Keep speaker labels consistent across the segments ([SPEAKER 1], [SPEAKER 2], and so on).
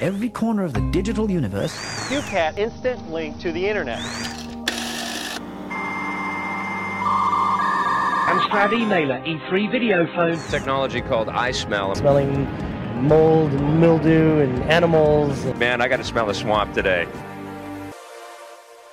[SPEAKER 1] every corner of the digital universe.
[SPEAKER 2] QCAT instant link to the internet.
[SPEAKER 3] Amstrad emailer, E3 video phone.
[SPEAKER 4] Technology called I Smell.
[SPEAKER 5] Smelling mold and mildew and animals.
[SPEAKER 4] Man, I got to smell the swamp today.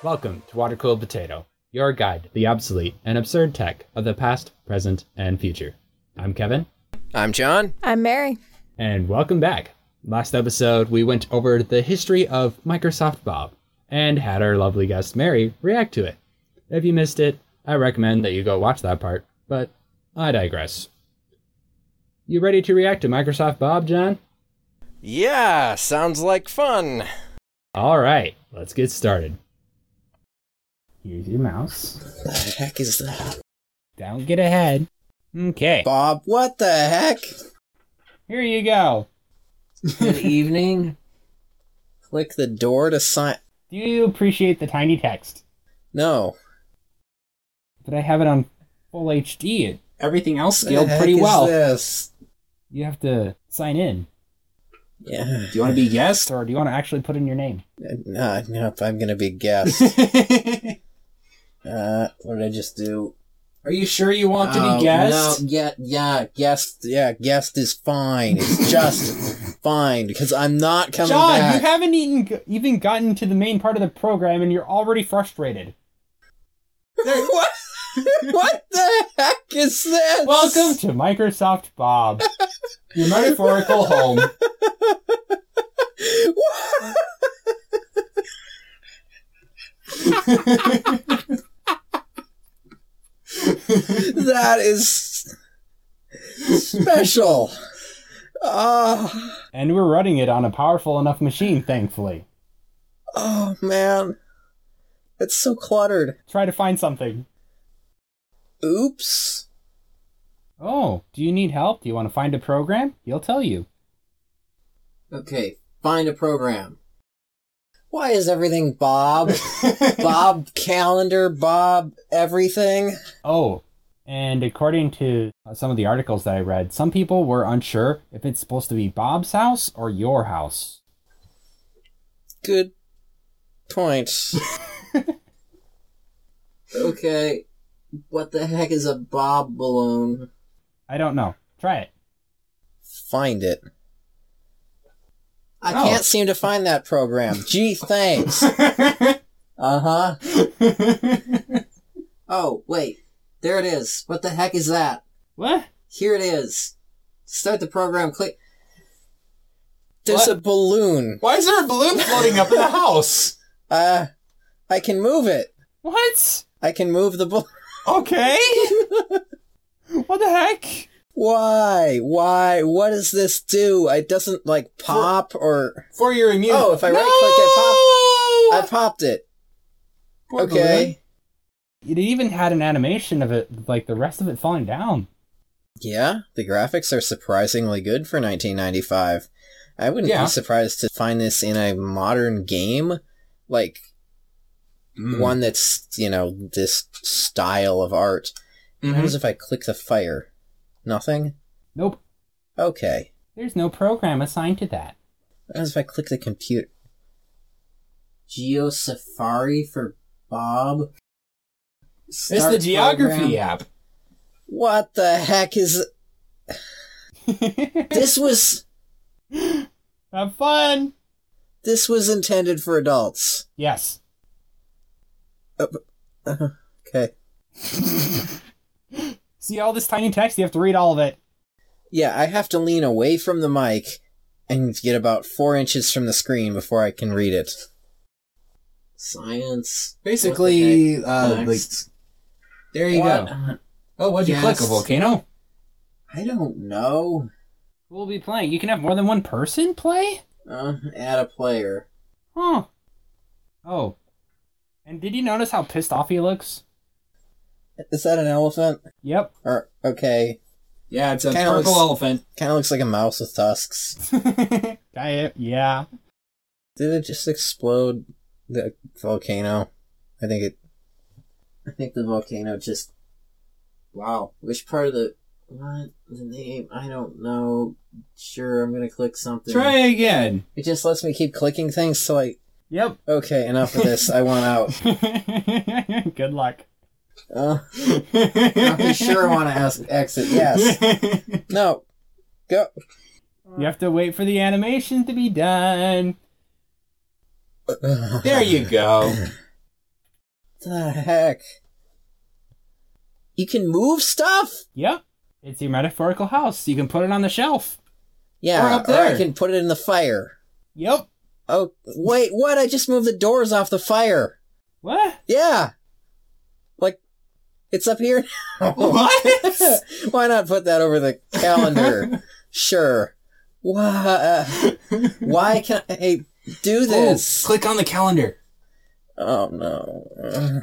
[SPEAKER 6] Welcome to Water Cooled Potato, your guide to the obsolete and absurd tech of the past, present, and future. I'm Kevin.
[SPEAKER 7] I'm John.
[SPEAKER 8] I'm Mary.
[SPEAKER 6] And welcome back. Last episode, we went over the history of Microsoft Bob and had our lovely guest Mary react to it. If you missed it, I recommend that you go watch that part, but I digress. You ready to react to Microsoft Bob, John?
[SPEAKER 7] Yeah, sounds like fun.
[SPEAKER 6] All right, let's get started. Here's your mouse.
[SPEAKER 9] The heck is that?
[SPEAKER 6] Don't get ahead. Okay,
[SPEAKER 9] Bob, what the heck?
[SPEAKER 6] here you go.
[SPEAKER 9] Good evening. Click the door to sign.
[SPEAKER 6] Do you appreciate the tiny text?
[SPEAKER 9] No.
[SPEAKER 6] But I have it on full HD. It- Everything else
[SPEAKER 9] The
[SPEAKER 6] scaled
[SPEAKER 9] heck
[SPEAKER 6] pretty
[SPEAKER 9] is
[SPEAKER 6] well.
[SPEAKER 9] This?
[SPEAKER 6] You have to sign in.
[SPEAKER 9] Yeah.
[SPEAKER 6] Do you want to be guest or do you want to actually put in your name?
[SPEAKER 9] Nah, nope, I'm gonna be guest. uh, what did I just do?
[SPEAKER 6] Are you sure you want
[SPEAKER 9] Oh, No, yeah, yeah, guest, yeah, guest is fine. It's just fine because I'm not coming
[SPEAKER 6] John,
[SPEAKER 9] back.
[SPEAKER 6] you haven't even, even gotten to the main part of the program and you're already frustrated.
[SPEAKER 9] what? what the heck is this?
[SPEAKER 6] Welcome to Microsoft Bob, your metaphorical home.
[SPEAKER 9] What? that is special. Oh,
[SPEAKER 6] And we're running it on a powerful enough machine, thankfully.
[SPEAKER 9] oh man. It's so cluttered.
[SPEAKER 6] Try to find something.
[SPEAKER 9] Oops.
[SPEAKER 6] Oh, do you need help? Do you want to find a program? He'll tell you.
[SPEAKER 9] Okay, find a program. Why is everything Bob? Bob calendar, Bob everything?
[SPEAKER 6] Oh, and according to uh, some of the articles that I read, some people were unsure if it's supposed to be Bob's house or your house.
[SPEAKER 9] Good point. okay. What the heck is a bob balloon?
[SPEAKER 6] I don't know. Try it.
[SPEAKER 9] Find it. I
[SPEAKER 6] Oh.
[SPEAKER 9] can't seem to find that program. Gee, thanks. uh huh. oh, wait. There it is. What the heck is that?
[SPEAKER 6] What?
[SPEAKER 9] Here it is. Start the program. Click. There's
[SPEAKER 6] What?
[SPEAKER 9] a balloon.
[SPEAKER 7] Why is there a balloon floating up in the house?
[SPEAKER 9] Uh, I can move it.
[SPEAKER 6] What?
[SPEAKER 9] I can move the balloon.
[SPEAKER 6] Okay. what the heck?
[SPEAKER 9] Why? Why? What does this do? It doesn't like pop or.
[SPEAKER 6] For your immune.
[SPEAKER 9] Oh, if I right click, it pop. I popped it. okay.
[SPEAKER 6] It even had an animation of it, like the rest of it falling down.
[SPEAKER 9] Yeah, the graphics are surprisingly good for 1995. I wouldn't
[SPEAKER 6] Yeah.
[SPEAKER 9] be surprised to find this in a modern game, like one that's you know this style of art. What happens if I click the fire? Nothing.
[SPEAKER 6] Nope.
[SPEAKER 9] Okay.
[SPEAKER 6] There's no program assigned to that.
[SPEAKER 9] What happens if I click the computer? Geo Safari for Bob. Start program.
[SPEAKER 6] app.
[SPEAKER 9] What the heck is this? Was
[SPEAKER 6] Have fun.
[SPEAKER 9] this was intended for adults?
[SPEAKER 6] Yes.
[SPEAKER 9] Okay.
[SPEAKER 6] See all this tiny text? You have to read all of it.
[SPEAKER 9] Yeah, I have to lean away from the mic and get about four inches from the screen before I can read it. Science.
[SPEAKER 3] Basically, uh, like, there you
[SPEAKER 9] What?
[SPEAKER 3] go. Oh, what'd you
[SPEAKER 9] Yes.
[SPEAKER 3] click? A volcano?
[SPEAKER 9] I don't know.
[SPEAKER 6] We'll be playing. You can have more than one person play?
[SPEAKER 9] Uh, add a player.
[SPEAKER 6] Huh. Oh. And did you notice how pissed off he looks?
[SPEAKER 9] Is that an elephant?
[SPEAKER 6] Yep.
[SPEAKER 9] Or okay,
[SPEAKER 3] Yeah, it's a
[SPEAKER 9] Kinda
[SPEAKER 3] purple
[SPEAKER 9] looks-
[SPEAKER 3] elephant.
[SPEAKER 9] kind of looks like a mouse with tusks.
[SPEAKER 6] I, yeah.
[SPEAKER 9] Did it just explode the volcano? I think it. I think the volcano just. Wow. Which part of the What the name? I don't know. Sure, I'm gonna click something.
[SPEAKER 6] Try again.
[SPEAKER 9] It just lets me keep clicking things, so I.
[SPEAKER 6] Yep.
[SPEAKER 9] Okay, enough of this. I want out.
[SPEAKER 6] Good luck.
[SPEAKER 9] Uh, okay, sure, I want to ask exit. Yes.
[SPEAKER 6] you
[SPEAKER 9] No. Go.
[SPEAKER 6] have to wait for the animation to be done.
[SPEAKER 7] There you go.
[SPEAKER 9] the heck? You can move stuff?
[SPEAKER 6] Yep. It's your metaphorical house. You can put it on the shelf.
[SPEAKER 9] Yeah,
[SPEAKER 6] Or up
[SPEAKER 9] I
[SPEAKER 6] there.
[SPEAKER 9] can put it in the fire.
[SPEAKER 6] Yep.
[SPEAKER 9] Oh, wait, what? I just moved the doors off the fire.
[SPEAKER 6] What?
[SPEAKER 9] Yeah. Like, it's up here now.
[SPEAKER 6] What?
[SPEAKER 9] Why not put that over the calendar? sure. Why, why can't I do this?
[SPEAKER 6] Oh, click on the calendar.
[SPEAKER 9] Oh no. Ugh.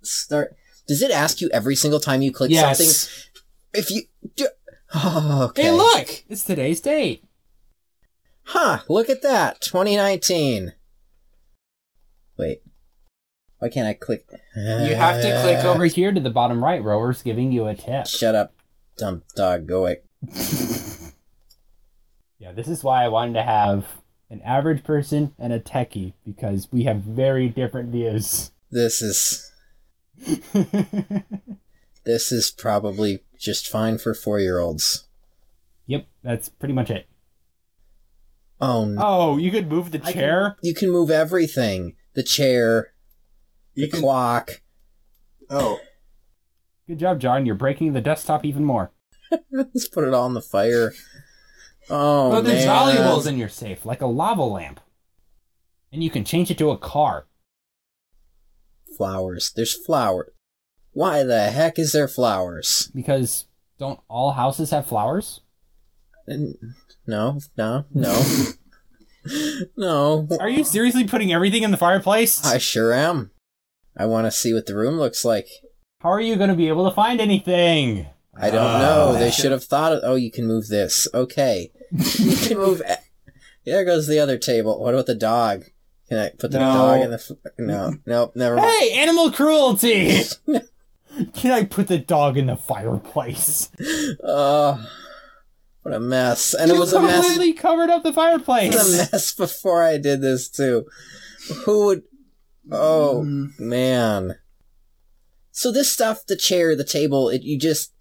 [SPEAKER 9] Start. Does it ask you every single time you click
[SPEAKER 6] yes.
[SPEAKER 9] something? If you. d- Oh, okay.
[SPEAKER 6] Hey, look! It's today's date.
[SPEAKER 9] Huh, look at that. 2019. Wait. Why can't I click? Uh,
[SPEAKER 6] You have to click over here to the bottom right. Rower's giving you a tip.
[SPEAKER 9] Shut up, dumb dog. Go away.
[SPEAKER 6] Yeah, this is why I wanted to have an average person and a techie because we have very different views.
[SPEAKER 9] This is. This is probably just fine for four year olds.
[SPEAKER 6] yep, that's pretty much it.
[SPEAKER 9] Oh, no.
[SPEAKER 6] Oh, you could move the
[SPEAKER 9] I can-
[SPEAKER 6] chair.
[SPEAKER 9] You can move everything the chair, the clock.
[SPEAKER 3] Oh,
[SPEAKER 6] Good job, John. You're breaking the desktop even more.
[SPEAKER 9] Let's put it all in the fire. Oh,
[SPEAKER 6] but there's
[SPEAKER 9] man.
[SPEAKER 6] volleyballs in your safe, like a lava lamp. And you can change it to a car.
[SPEAKER 9] flowers. There's flowers. Why the heck is there flowers?
[SPEAKER 6] Because don't all houses have flowers?
[SPEAKER 9] N- No, no, no, no.
[SPEAKER 6] Are you seriously putting everything in the fireplace?
[SPEAKER 9] I sure am. I want to see what the room looks like.
[SPEAKER 6] How are you going to be able to find anything?
[SPEAKER 9] I don't know. They should have thought. Of, oh, you can move this. Okay, you can move. a- There goes the other table. What about the dog? Can I put the
[SPEAKER 6] No.
[SPEAKER 9] dog in the? F- no, nope, never mind.
[SPEAKER 6] Hey, animal cruelty! Can I put the dog in the fireplace?
[SPEAKER 9] Oh, what a mess! And it
[SPEAKER 6] You
[SPEAKER 9] was a mess.
[SPEAKER 6] completely covered up the
[SPEAKER 9] It was
[SPEAKER 6] fireplace.
[SPEAKER 9] a mess before I did this too. Who would? Oh man. So this stuff, the chair, the table, it you just,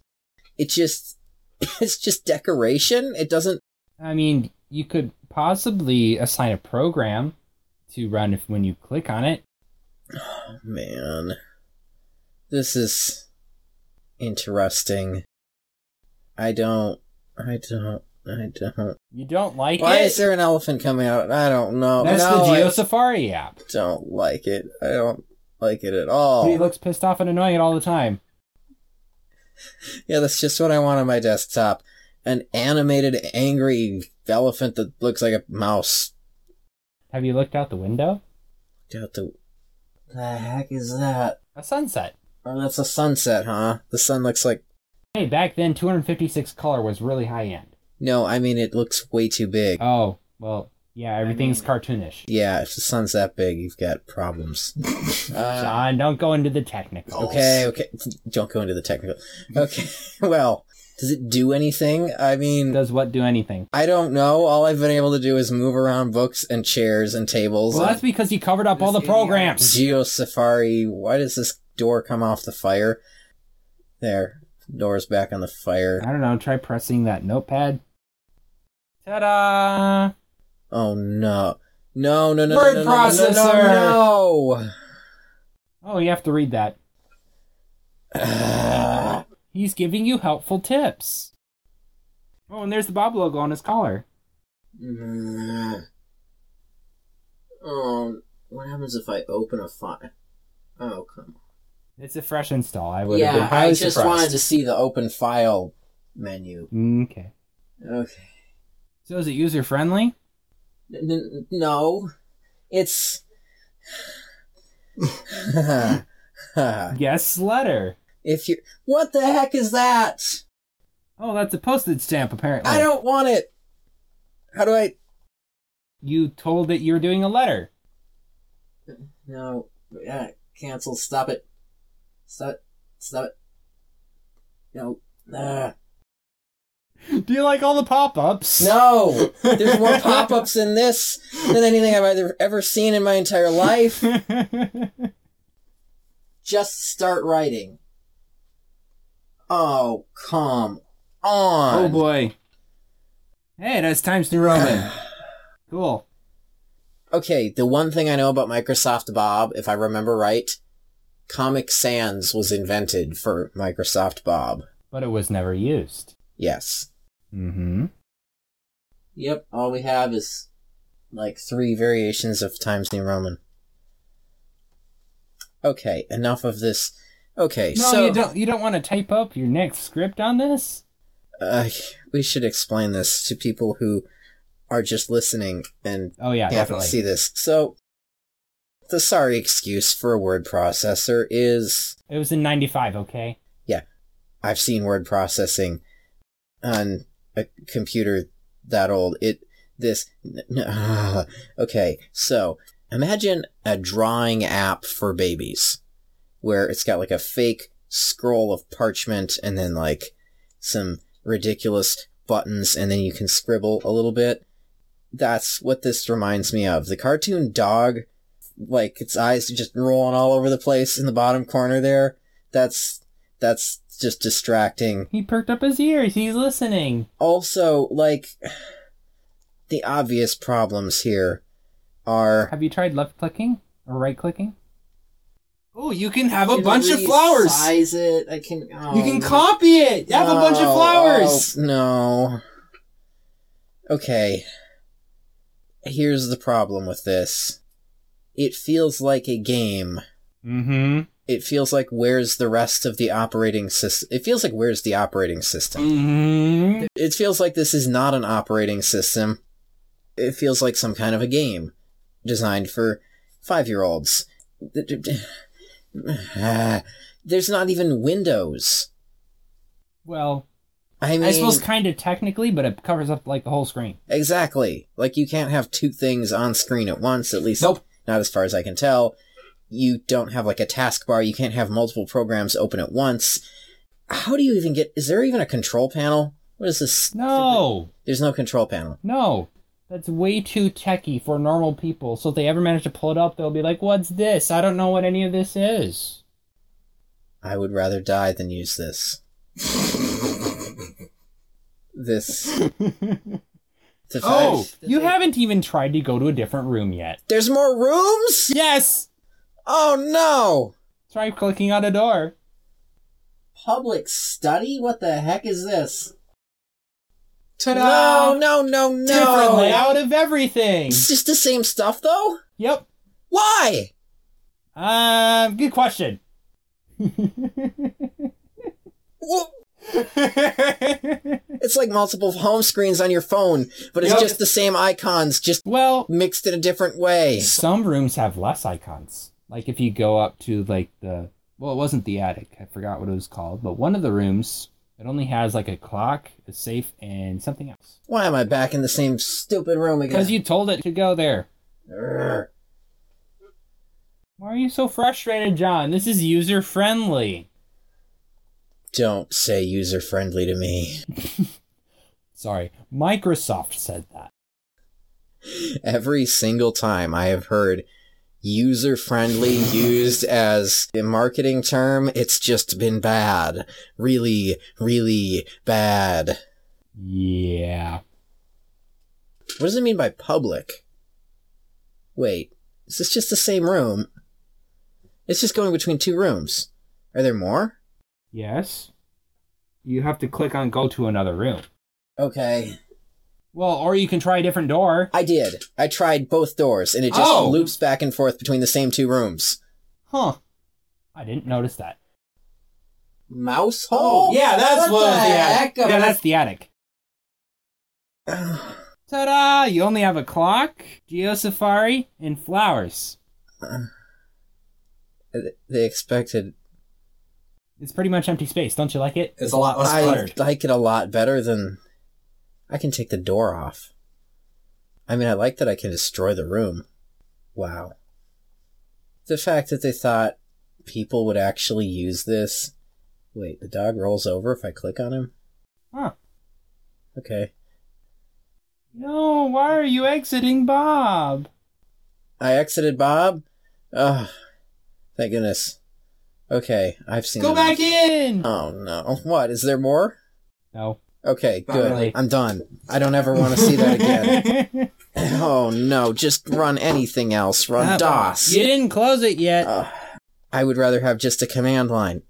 [SPEAKER 9] it just, it's just decoration. It doesn't.
[SPEAKER 6] I mean, you could possibly assign a program to run if when you click on it.
[SPEAKER 9] oh, Man, this is interesting. I don't. I don't. I don't.
[SPEAKER 6] You don't like
[SPEAKER 9] Why
[SPEAKER 6] it?
[SPEAKER 9] is there an elephant coming out? I don't know.
[SPEAKER 6] That's
[SPEAKER 9] no,
[SPEAKER 6] the Geo
[SPEAKER 9] I
[SPEAKER 6] Safari app.
[SPEAKER 9] don't like it. I don't like it at all.
[SPEAKER 6] He looks pissed off and annoying all the time.
[SPEAKER 9] Yeah, that's just what I want on my desktop. An animated, angry elephant that looks like a mouse.
[SPEAKER 6] Have you looked out the window?
[SPEAKER 9] What the, the heck is that?
[SPEAKER 6] A sunset.
[SPEAKER 9] Oh, that's a sunset, huh? The sun looks like.
[SPEAKER 6] Hey, back then 256 color was really high end.
[SPEAKER 9] No, I mean, it looks way too big.
[SPEAKER 6] Oh, well, yeah, everything's cartoonish.
[SPEAKER 9] Yeah, if the sun's that big, you've got problems. uh,
[SPEAKER 6] John, don't go into the technical.
[SPEAKER 9] okay, okay. Don't go into the technical. Okay, well, does it do anything? I mean.
[SPEAKER 6] Does what do anything?
[SPEAKER 9] I don't know. All I've been able to do is move around books and chairs and tables.
[SPEAKER 6] Well,
[SPEAKER 9] and-
[SPEAKER 6] that's because you covered up all the programs.
[SPEAKER 9] Geo Safari, why does this door come off the fire? There, door's back on the fire.
[SPEAKER 6] I don't know. Try pressing that notepad. Ta-da!
[SPEAKER 9] Oh no. No, no, no, no,
[SPEAKER 6] Word
[SPEAKER 9] no, no, no, no, no,
[SPEAKER 6] processor!
[SPEAKER 9] no.
[SPEAKER 6] Oh, you have to read that.
[SPEAKER 9] Ah,
[SPEAKER 6] He's giving you helpful tips. Oh, and there's the Bob logo on his collar.
[SPEAKER 9] mm. Oh, what happens if I open a file? Oh, come
[SPEAKER 6] It's a fresh install. I
[SPEAKER 9] on.
[SPEAKER 6] would have been
[SPEAKER 9] Yeah,
[SPEAKER 6] highly
[SPEAKER 9] I just
[SPEAKER 6] surprised. Mm,
[SPEAKER 9] wanted to see the open file menu.
[SPEAKER 6] Okay.
[SPEAKER 9] Okay.
[SPEAKER 6] So is it user friendly?
[SPEAKER 9] N- n- no, it's.
[SPEAKER 6] Yes, letter.
[SPEAKER 9] If you what the heck is that?
[SPEAKER 6] Oh, that's a postage stamp apparently.
[SPEAKER 9] I don't want it. How do I?
[SPEAKER 6] You told it you were doing a letter.
[SPEAKER 9] No, yeah, cancel. Stop it. Stop it. Stop it. No, Ah.
[SPEAKER 6] Do you like all the pop-ups?
[SPEAKER 9] No, there's more pop-ups in this than anything I've either ever seen in my entire life.
[SPEAKER 7] Oh,
[SPEAKER 9] Just start writing. Oh, come on.
[SPEAKER 6] Oh boy. Hey, that's Times New Roman. cool.
[SPEAKER 9] Okay, the one thing I know about Microsoft Bob, if I remember right, Comic Sans was invented for Microsoft Bob.
[SPEAKER 6] But it was never used.
[SPEAKER 9] Yes.
[SPEAKER 6] Mm-hmm.
[SPEAKER 9] Yep, all we have is like three variations of Times New Roman. Okay, enough of this. Okay,
[SPEAKER 6] No,
[SPEAKER 9] so
[SPEAKER 6] you don't. You don't want to type up your next script on this.
[SPEAKER 9] uh, we should explain this to people who are just listening and
[SPEAKER 6] Oh yeah,
[SPEAKER 9] yeah, I can
[SPEAKER 6] definitely.
[SPEAKER 9] see this. So, the sorry excuse for a word processor is
[SPEAKER 6] It was in '95. Okay.
[SPEAKER 9] I've seen word processing on a computer that old. It this okay. So imagine a drawing app for babies, where it's got like a fake scroll of parchment and then like some ridiculous buttons, and then you can scribble a little bit. That's what this reminds me of. The cartoon dog, like its eyes just rolling all over the place in the bottom corner there. That's that's just distracting
[SPEAKER 6] He perked up his ears. He's listening.
[SPEAKER 9] also like the obvious problems here are
[SPEAKER 6] Have you tried left clicking or right clicking?
[SPEAKER 7] Oh, you can have a bunch of flowers.
[SPEAKER 9] Size it. I can. oh,
[SPEAKER 7] You can copy it. Have a bunch of
[SPEAKER 9] no,
[SPEAKER 7] flowers.
[SPEAKER 9] oh, no. Okay. Here's the problem with this. It feels like a game.
[SPEAKER 6] Mm-hmm.
[SPEAKER 9] It feels like where's the rest of the operating system? It feels like where's the operating system?
[SPEAKER 6] Mm-hmm.
[SPEAKER 9] It feels like this is not an operating system. It feels like some kind of a game designed for five year olds. There's not even Windows.
[SPEAKER 6] Well,
[SPEAKER 9] I mean,
[SPEAKER 6] I suppose kind of technically, but it covers up like the whole screen.
[SPEAKER 9] exactly. Like, you can't have two things on screen at once, at least
[SPEAKER 7] Nope.
[SPEAKER 9] not as far as I can tell. You don't have like a taskbar, you can't have multiple programs open at once. How do you even get. Is there even a control panel? What is this?
[SPEAKER 6] No,
[SPEAKER 9] There's no control panel.
[SPEAKER 6] no. That's way too techy for normal people. So if they ever manage to pull it up, they'll be like, "What's this? I don't know what any of this is."
[SPEAKER 9] I would rather die than use this. this. The
[SPEAKER 7] Oh!
[SPEAKER 9] fact-
[SPEAKER 6] You haven't even tried to go to a different room yet.
[SPEAKER 9] There's more rooms?
[SPEAKER 6] Yes.
[SPEAKER 9] Oh no!
[SPEAKER 6] Try clicking on a door.
[SPEAKER 9] Public study? What the heck is this?
[SPEAKER 7] Ta-da!
[SPEAKER 9] No, no, no,
[SPEAKER 6] Different
[SPEAKER 9] no!
[SPEAKER 6] layout of everything.
[SPEAKER 9] It's just the same stuff though?
[SPEAKER 6] Yep.
[SPEAKER 9] Why?
[SPEAKER 6] Um. Good question.
[SPEAKER 9] Wh- It's like multiple home screens on your phone, but it's just the same icons, just
[SPEAKER 6] well,
[SPEAKER 9] mixed in a different way.
[SPEAKER 6] some rooms have less icons. Like if you go up to like the well, it wasn't the attic. I forgot what it was called, but one of the rooms it only has like a clock, a safe, and something else.
[SPEAKER 9] Why am I back in the same stupid room again?
[SPEAKER 6] Because you told it to go there.
[SPEAKER 9] Urgh.
[SPEAKER 6] Why are you so frustrated, John? This is user friendly.
[SPEAKER 9] Don't say user friendly to me.
[SPEAKER 6] Sorry, Microsoft said that.
[SPEAKER 9] Every single time I have heard user friendly used as a marketing term, it's just been bad. Really, really bad.
[SPEAKER 6] Yeah.
[SPEAKER 9] What does it mean by public? Wait, is this just the same room? It's just going between two rooms. Are there more?
[SPEAKER 6] Yes. You have to click on go to another room.
[SPEAKER 9] Okay.
[SPEAKER 6] Well, or you can try a different door.
[SPEAKER 9] I did. I tried both doors, and it just
[SPEAKER 7] Oh.
[SPEAKER 9] loops back and forth between the same two rooms.
[SPEAKER 6] Huh. I didn't notice that.
[SPEAKER 9] Mouse
[SPEAKER 7] Oh, yeah, that's what,
[SPEAKER 9] What the
[SPEAKER 7] the attic.
[SPEAKER 6] Yeah, that's the attic. Ta-da! You only have a clock, Geo Safari, and flowers.
[SPEAKER 9] Uh, They expected
[SPEAKER 6] It's pretty much empty space. Don't you like it?
[SPEAKER 7] It's a lot less
[SPEAKER 9] I
[SPEAKER 7] cluttered.
[SPEAKER 9] like it a lot better than I can take the door off. I mean, I like that I can destroy the room. Wow. The fact that they thought people would actually use this Wait, the dog rolls over if I click on him?
[SPEAKER 6] Huh.
[SPEAKER 9] Okay.
[SPEAKER 6] No, why are you exiting Bob?
[SPEAKER 9] I exited Bob. Oh, thank goodness. Okay, I've seen.
[SPEAKER 7] Go
[SPEAKER 9] enough.
[SPEAKER 7] back in. Uh,
[SPEAKER 9] Oh no! What is there more?
[SPEAKER 6] No.
[SPEAKER 9] Okay,
[SPEAKER 6] Not
[SPEAKER 9] good.
[SPEAKER 6] really.
[SPEAKER 9] I'm done. I don't ever want to see that again. oh no! Just run anything else. Run
[SPEAKER 3] Ah,
[SPEAKER 9] DOS.
[SPEAKER 6] Uh, You didn't close it yet.
[SPEAKER 7] Uh,
[SPEAKER 9] Ugh. I would rather have just a command line.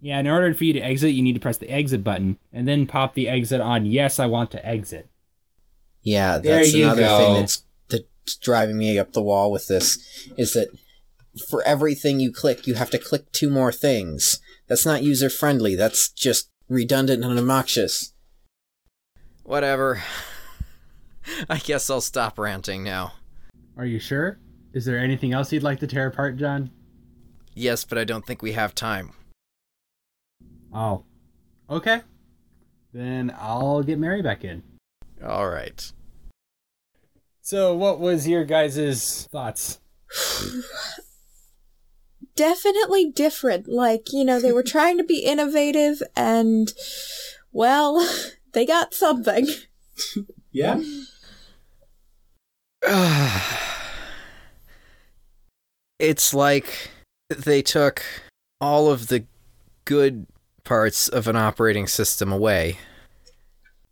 [SPEAKER 6] yeah, in order for you to exit, you need to press the exit button and then pop the exit on. Yes, I want to exit.
[SPEAKER 9] Yeah,
[SPEAKER 3] There
[SPEAKER 9] that's
[SPEAKER 3] you
[SPEAKER 9] another
[SPEAKER 3] go.
[SPEAKER 9] thing that's that's driving me up the wall with this is that for everything you click, you have to click two more things. That's not user friendly. That's just redundant and obnoxious. Whatever. I guess I'll stop ranting now.
[SPEAKER 6] Are you sure? Is there anything else you'd like to tear apart, John?
[SPEAKER 9] Yes, but I don't think we have time.
[SPEAKER 6] Oh. Okay. Then I'll get Mary back in.
[SPEAKER 9] All right.
[SPEAKER 6] So, what was your guys' thoughts?
[SPEAKER 8] definitely different. Like, you know, they were trying to be innovative and, well, they got something.
[SPEAKER 3] Yeah.
[SPEAKER 9] it's like they took all of the good parts of an operating system away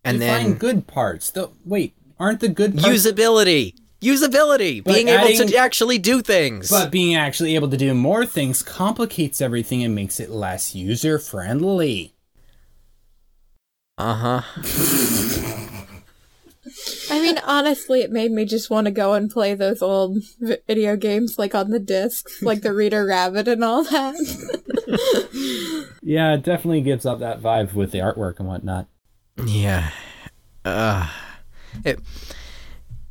[SPEAKER 9] and
[SPEAKER 6] Define
[SPEAKER 9] then
[SPEAKER 6] good parts. The wait, aren't the good parts
[SPEAKER 9] usability usability
[SPEAKER 6] But
[SPEAKER 9] being able
[SPEAKER 6] adding-
[SPEAKER 9] to actually do things
[SPEAKER 6] But being actually able to do more things complicates everything and makes it less user friendly.
[SPEAKER 9] uh-huh
[SPEAKER 8] I mean, honestly, it made me just want to go and play those old vi- video games, like on the discs, like the Reader Rabbit and all that.
[SPEAKER 6] Yeah, it definitely gives up that vibe with the artwork and whatnot.
[SPEAKER 9] yeah uh it,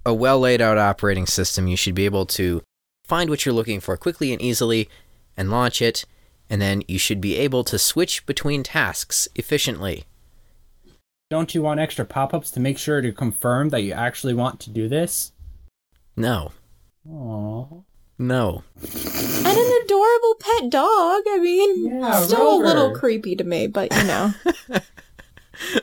[SPEAKER 9] a well laid out operating system you should be able to find what you're looking for quickly and easily and launch it and then you should be able to switch between tasks efficiently
[SPEAKER 6] Don't you want extra pop ups to make sure to confirm that you actually want to do this?
[SPEAKER 9] no
[SPEAKER 6] Aww.
[SPEAKER 9] no
[SPEAKER 8] and an adorable pet dog. I mean,
[SPEAKER 6] Yeah,
[SPEAKER 8] still a little
[SPEAKER 6] Rover.
[SPEAKER 8] creepy to me, but you know.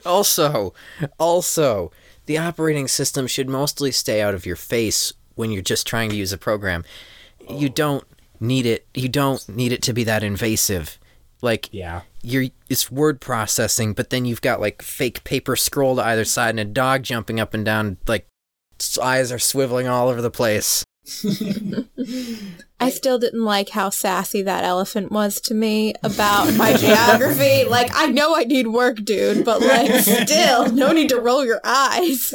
[SPEAKER 9] Also, also, the operating system should mostly stay out of your face when you're just trying to use a program. You don't need it. You don't need it to be that invasive. Like
[SPEAKER 6] Yeah.
[SPEAKER 9] you're it's word processing, but then you've got like fake paper scroll to either side and a dog jumping up and down like its eyes are swiveling all over the place.
[SPEAKER 8] I still didn't like how sassy that elephant was to me about my geography. Like, I know I need work, dude, but like, still, no need to roll your eyes.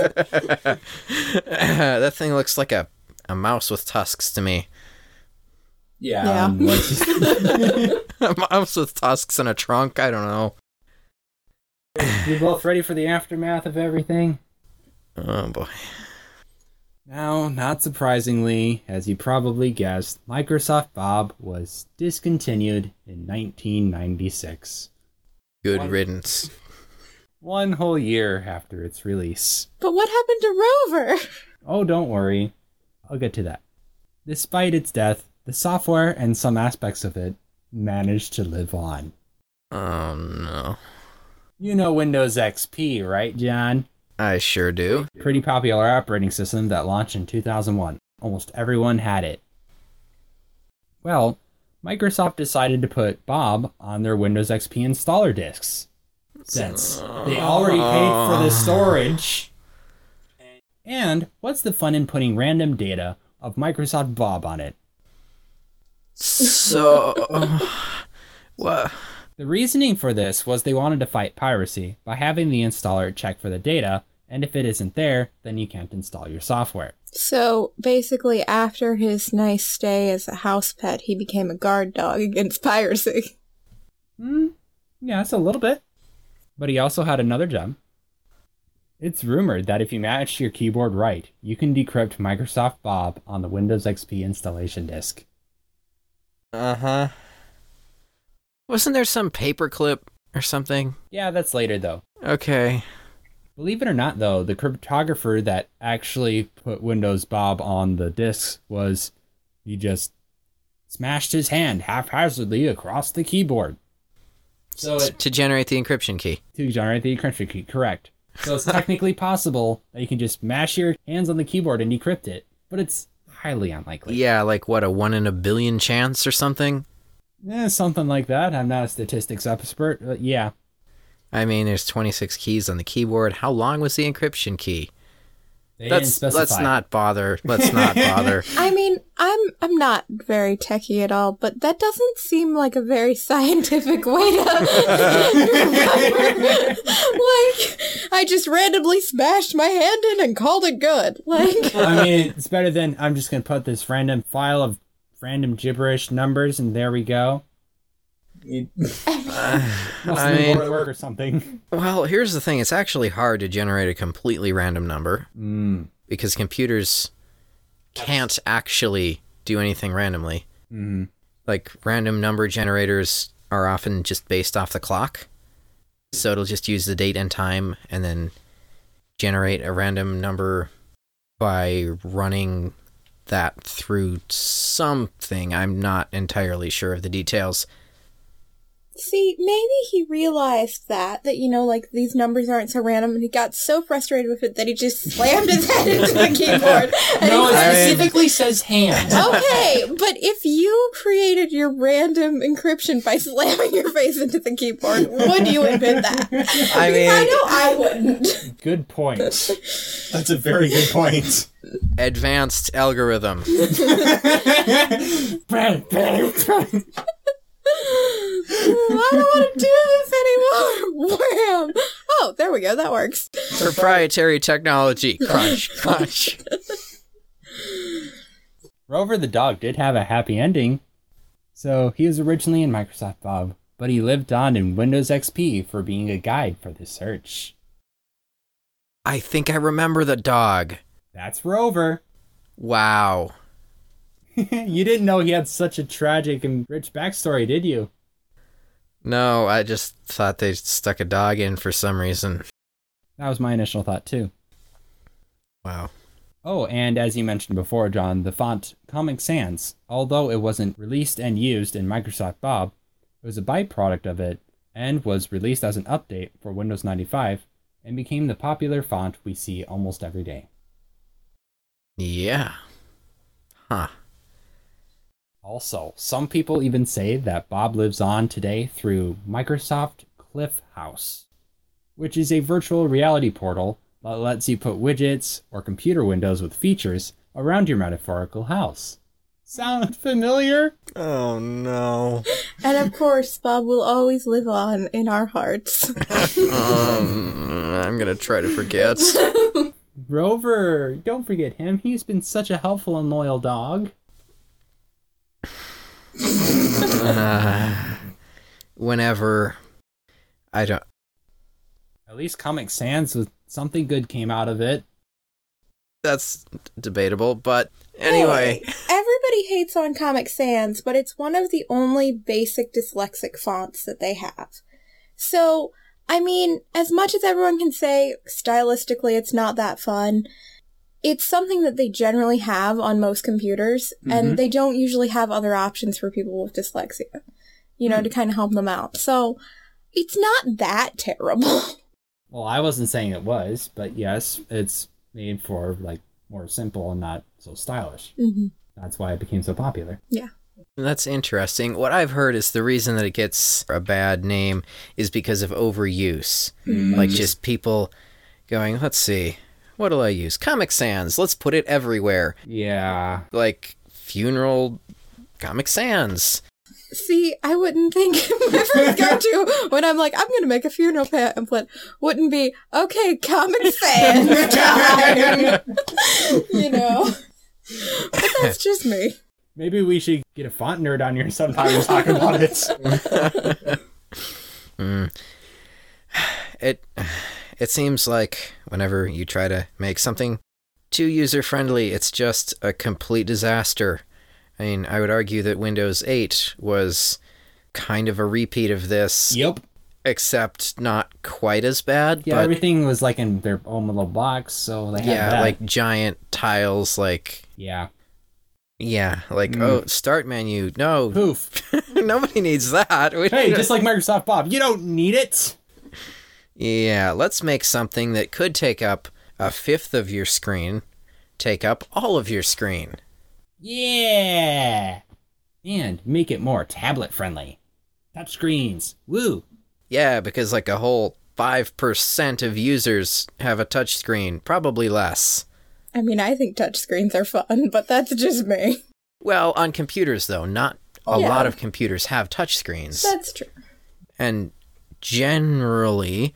[SPEAKER 9] that thing looks like a a mouse with tusks to me.
[SPEAKER 3] Yeah.
[SPEAKER 8] Yeah.
[SPEAKER 6] Um,
[SPEAKER 9] a mouse with tusks and a trunk, I don't know.
[SPEAKER 6] You both ready for the aftermath of everything?
[SPEAKER 9] Oh boy.
[SPEAKER 6] Now, not surprisingly, as you probably guessed, Microsoft Bob was discontinued in 1996,
[SPEAKER 9] Good riddance.
[SPEAKER 6] one whole year after its release.
[SPEAKER 8] But what happened to Rover?
[SPEAKER 6] Oh, don't worry. I'll get to that. Despite its death, the software and some aspects of it managed to live on.
[SPEAKER 9] Oh no.
[SPEAKER 6] You know Windows XP, right, John?
[SPEAKER 9] I sure do.
[SPEAKER 6] Pretty popular operating system that launched in 2001. Almost everyone had it. Well, Microsoft decided to put Bob on their Windows XP installer disks. Since they already paid for the storage. And what's the fun in putting random data of Microsoft Bob on it?
[SPEAKER 9] So what
[SPEAKER 6] The reasoning for this was they wanted to fight piracy by having the installer check for the data, and if it isn't there, then you can't install your software.
[SPEAKER 8] So basically, after his nice stay as a house pet, he became a guard dog against piracy.
[SPEAKER 6] Hmm. Yeah, it's a little bit. But he also had another gem. It's rumored that if you match your keyboard right, you can decrypt Microsoft Bob on the Windows XP installation disk.
[SPEAKER 9] Uh-huh. Wasn't there some paperclip or something?
[SPEAKER 6] Yeah, that's later though.
[SPEAKER 9] Okay.
[SPEAKER 6] Believe it or not, though, the cryptographer that actually put Windows Bob on the disks was he just smashed his hand haphazardly across the keyboard. So it,
[SPEAKER 9] to generate the encryption key.
[SPEAKER 6] to generate the encryption key, correct. So it's technically possible that you can just mash your hands on the keyboard and decrypt it, but it's highly unlikely.
[SPEAKER 9] Yeah, like what a one in a billion chance or something.
[SPEAKER 6] Eh, something like that. I'm not a statistics expert, but yeah.
[SPEAKER 9] I mean, there's 26 keys on the keyboard. How long was the encryption key?
[SPEAKER 6] They
[SPEAKER 9] That's
[SPEAKER 6] didn't
[SPEAKER 9] let's
[SPEAKER 6] specify.
[SPEAKER 9] not bother. Let's not bother.
[SPEAKER 8] I mean, I'm I'm not very techie at all, but that doesn't seem like a very scientific way to like I just randomly smashed my hand in and called it good. Like
[SPEAKER 6] I mean, it's better than I'm just gonna put this random file of random gibberish numbers, and there we go.
[SPEAKER 3] You-
[SPEAKER 6] Must
[SPEAKER 9] I
[SPEAKER 6] have been
[SPEAKER 9] mean-
[SPEAKER 6] at work or something.
[SPEAKER 9] well, here's the thing. It's actually hard to generate a completely random number
[SPEAKER 6] Mm.
[SPEAKER 9] because computers can't actually do anything randomly.
[SPEAKER 6] Mm.
[SPEAKER 9] Like random number generators are often just based off the clock. So it'll just use the date and time and then generate a random number by running that through something. I'm not entirely sure of the details.
[SPEAKER 8] See, maybe he realized that, that, you know, like these numbers aren't so random, and he got so frustrated with it that he just slammed his head into the keyboard. And
[SPEAKER 7] No, it
[SPEAKER 8] he said,
[SPEAKER 7] specifically says hand.
[SPEAKER 8] okay, but if you created your random encryption by slamming your face into the keyboard, would you admit that? I
[SPEAKER 9] mean-
[SPEAKER 8] I know I wouldn't.
[SPEAKER 6] Good point.
[SPEAKER 3] That's a very good point.
[SPEAKER 9] Advanced algorithm.
[SPEAKER 8] I don't want to do this anymore. Wham! Oh, there we go. That works.
[SPEAKER 9] Proprietary technology. Crunch, crunch.
[SPEAKER 6] Rover the dog did have a happy ending. So he was originally in Microsoft Bob, but he lived on in Windows XP for being a guide for the search.
[SPEAKER 9] I think I remember the dog.
[SPEAKER 6] That's Rover.
[SPEAKER 9] Wow.
[SPEAKER 6] you didn't know he had such a tragic and rich backstory, did you?
[SPEAKER 9] No, I just thought they stuck a dog in for some reason.
[SPEAKER 6] That was my initial thought too.
[SPEAKER 9] Wow.
[SPEAKER 6] Oh, and as you mentioned before, John, the font Comic Sans, although it wasn't released and used in Microsoft Bob, it was a byproduct of it and was released as an update for Windows 95 and became the popular font we see almost every day.
[SPEAKER 9] Yeah. Huh.
[SPEAKER 6] Also, some people even say that Bob lives on today through Microsoft Cliff House, which is a virtual reality portal that lets you put widgets or computer windows with features around your metaphorical house. Sound familiar?
[SPEAKER 9] Oh no.
[SPEAKER 8] And of course, Bob will always live on in our hearts.
[SPEAKER 9] Um, I'm gonna try to forget.
[SPEAKER 6] Rover, don't forget him. He's been such a helpful and loyal dog.
[SPEAKER 9] Whenever I don't.
[SPEAKER 6] At least Comic Sans was something good came out of it.
[SPEAKER 9] That's debatable, but anyway.
[SPEAKER 8] Hey, everybody hates on Comic Sans, but it's one of the only basic dyslexic fonts that they have. So, I mean, as much as everyone can say stylistically it's not that fun, it's something that they generally have on most computers, and they don't usually have other options for people with dyslexia, you know, to kind of help them out. So, it's not that terrible.
[SPEAKER 6] Well, I wasn't saying it was, but yes, it's made for like more simple and not so stylish.
[SPEAKER 8] hmm
[SPEAKER 6] That's why it became so popular.
[SPEAKER 9] That's interesting. What I've heard is the reason that it gets a bad name is because of overuse. Like just people going, let's see, what'll I use? Comic Sans, let's put it everywhere.
[SPEAKER 6] Yeah.
[SPEAKER 9] Like funeral Comic Sans.
[SPEAKER 8] See, I wouldn't think my first go to when I'm like, I'm going to make a funeral pamphlet wouldn't be, okay, Comic Sans time. you know? But that's just me.
[SPEAKER 6] Maybe we should get a font nerd on here sometime and talk about it.
[SPEAKER 9] It it seems like whenever you try to make something too user friendly, it's just a complete disaster. I mean, I would argue that Windows 8 was kind of a repeat of this.
[SPEAKER 6] Yep.
[SPEAKER 9] except not quite as bad.
[SPEAKER 6] Yeah,
[SPEAKER 9] but
[SPEAKER 6] everything was like in their own little box, so they had
[SPEAKER 9] yeah,
[SPEAKER 6] that.
[SPEAKER 9] like giant tiles, like
[SPEAKER 6] yeah. Mm.
[SPEAKER 9] yeah, like oh, start menu, no,
[SPEAKER 6] Poof.
[SPEAKER 9] Nobody needs that. We
[SPEAKER 6] Hey,
[SPEAKER 9] don't-
[SPEAKER 6] just like Microsoft Bob, you don't need it.
[SPEAKER 9] Yeah, let's make something that could take up a fifth of your screen, take up all of your screen.
[SPEAKER 6] Yeah. And make it more tablet friendly. Touch screens. Woo.
[SPEAKER 9] Yeah, because like a whole 5% of users have a touchscreen, probably less.
[SPEAKER 8] I mean, I think touchscreens are fun, but that's just me.
[SPEAKER 9] Well, on computers though, not a
[SPEAKER 8] Yeah.
[SPEAKER 9] lot of computers have touchscreens.
[SPEAKER 8] That's true.
[SPEAKER 9] and generally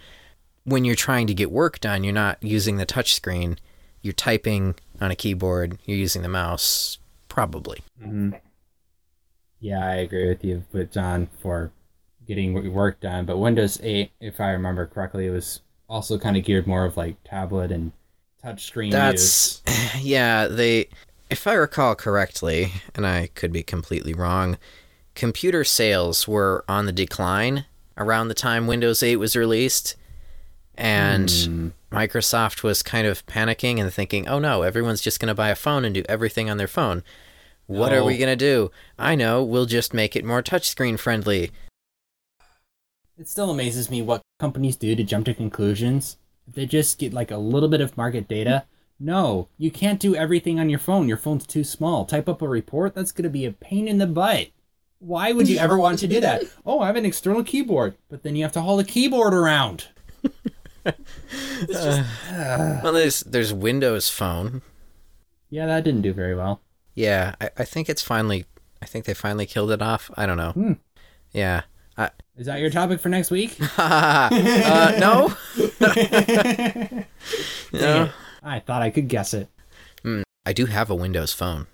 [SPEAKER 9] when you're trying to get work done, you're not using the touchscreen. You're typing on a keyboard, you're using the mouse probably. Mm-hmm.
[SPEAKER 6] Yeah, I agree with you with John for getting w- work done. But Windows 8, if I remember correctly, was also kind of geared more of like tablet and touch screen use.
[SPEAKER 9] That's yeah, they if I recall correctly, and I could be completely wrong, computer sales were on the decline around the time Windows 8 was released and
[SPEAKER 6] Hmm. Mm.
[SPEAKER 9] Microsoft was kind of panicking and thinking, "Oh no, everyone's just going to buy a phone and do everything on their phone. What are
[SPEAKER 6] No.
[SPEAKER 9] we going to do? I know, we'll just make it more touchscreen friendly."
[SPEAKER 6] It still amazes me what companies do to jump to conclusions. If they just get like a little bit of market data, no, you can't do everything on your phone. Your phone's too small. Type up a report, that's going to be a pain in the butt. Why would you ever want to do that? Oh, I have an external keyboard, but then you have to haul the keyboard around.
[SPEAKER 9] Well, there's there's Windows Phone.
[SPEAKER 6] Yeah, that didn't do very well.
[SPEAKER 9] Yeah, I, I think it's finally. I think they finally killed it off. I don't know.
[SPEAKER 6] Hmm.
[SPEAKER 9] Yeah. I,
[SPEAKER 6] Is that your topic for next week?
[SPEAKER 9] uh, no.
[SPEAKER 6] Dang it. I thought I could guess it.
[SPEAKER 9] I do have a Windows phone.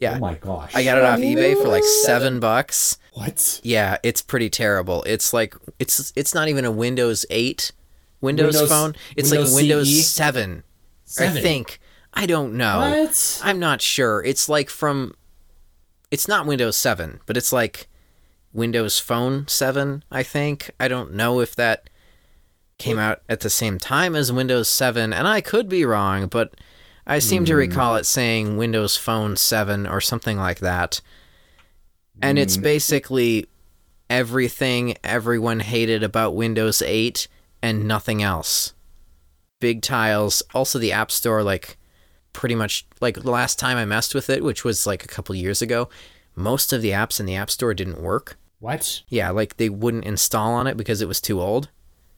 [SPEAKER 9] Yeah.
[SPEAKER 6] Oh my gosh.
[SPEAKER 9] I got it off eBay for like seven bucks.
[SPEAKER 6] What?
[SPEAKER 9] Yeah, it's pretty terrible. It's like it's it's not even a Windows eight Windows,
[SPEAKER 6] Windows-
[SPEAKER 9] phone. It's
[SPEAKER 6] Windows
[SPEAKER 9] like Windows
[SPEAKER 6] CE?
[SPEAKER 9] 7,
[SPEAKER 6] Seven.
[SPEAKER 9] I think. oh. I don't know.
[SPEAKER 6] What?
[SPEAKER 9] I'm not sure. It's like from it's not Windows 7, but it's like Windows Phone 7, I think. I don't know if that came out at the same time as Windows 7, and I could be wrong, but I seem to recall it saying Windows Phone 7 or something like that. And it's basically everything everyone hated about Windows 8 and nothing else. Big tiles, also the App Store, like pretty much like the last time I messed with it, which was like a couple years ago, most of the apps in the App Store didn't work.
[SPEAKER 6] What?
[SPEAKER 9] Yeah, like they wouldn't install on it because it was too old.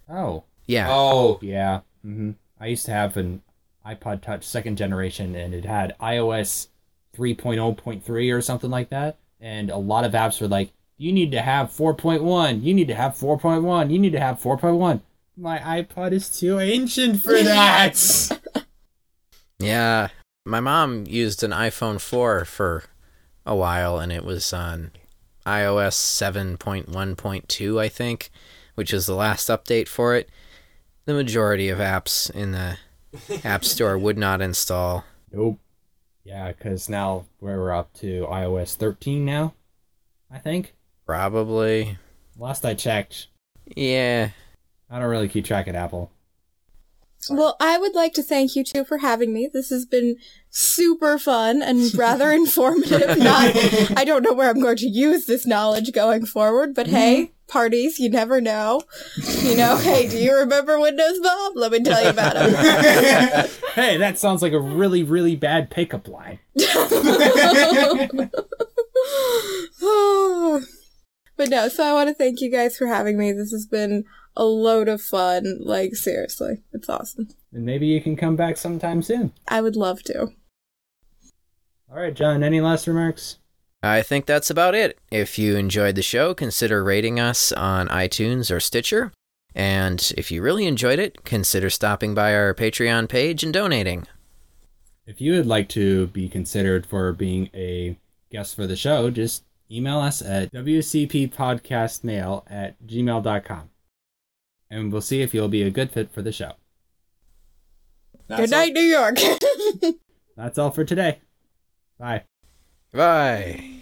[SPEAKER 6] Oh.
[SPEAKER 9] Yeah.
[SPEAKER 7] Oh,
[SPEAKER 6] Yeah. hmm I used to have an iPod Touch second generation, and it had iOS 3.0.3 or something like that. And a lot of apps were like, you need to have 4.1, you need to have 4.1, you need to have 4.1. My iPod is too ancient for that.
[SPEAKER 9] Yeah. My mom used an iPhone 4 for a while and it was on iOS 7.1.2, I think, which is the last update for it. The majority of apps in the App Store would not install.
[SPEAKER 6] nope. Yeah, because now we're up to iOS 13 now, I think.
[SPEAKER 9] Probably.
[SPEAKER 6] Last I checked,
[SPEAKER 9] Yeah.
[SPEAKER 6] I don't really keep track of Apple.
[SPEAKER 8] Well, I would like to thank you two for having me. This has been super fun and rather informative. Not, I don't know where I'm going to use this knowledge going forward, but hey, parties, you never know. You know, hey, do you remember Windows Bob? Let me tell you about him.
[SPEAKER 6] Hey, that sounds like a really, really bad pickup line.
[SPEAKER 8] but no, so I want to thank you guys for having me. This has been a load of fun. Like, seriously, it's awesome.
[SPEAKER 6] And maybe you can come back sometime soon.
[SPEAKER 8] I would love to.
[SPEAKER 6] All right, John, any last remarks?
[SPEAKER 9] I think that's about it. If you enjoyed the show, consider rating us on iTunes or Stitcher. And if you really enjoyed it, consider stopping by our Patreon page and donating.
[SPEAKER 6] If you would like to be considered for being a guest for the show, just email us at wcppodcastmail at gmail.com. And we'll see if you'll be a good fit for the show.
[SPEAKER 8] Good night, New York.
[SPEAKER 6] That's all for today. Bye.
[SPEAKER 9] Bye.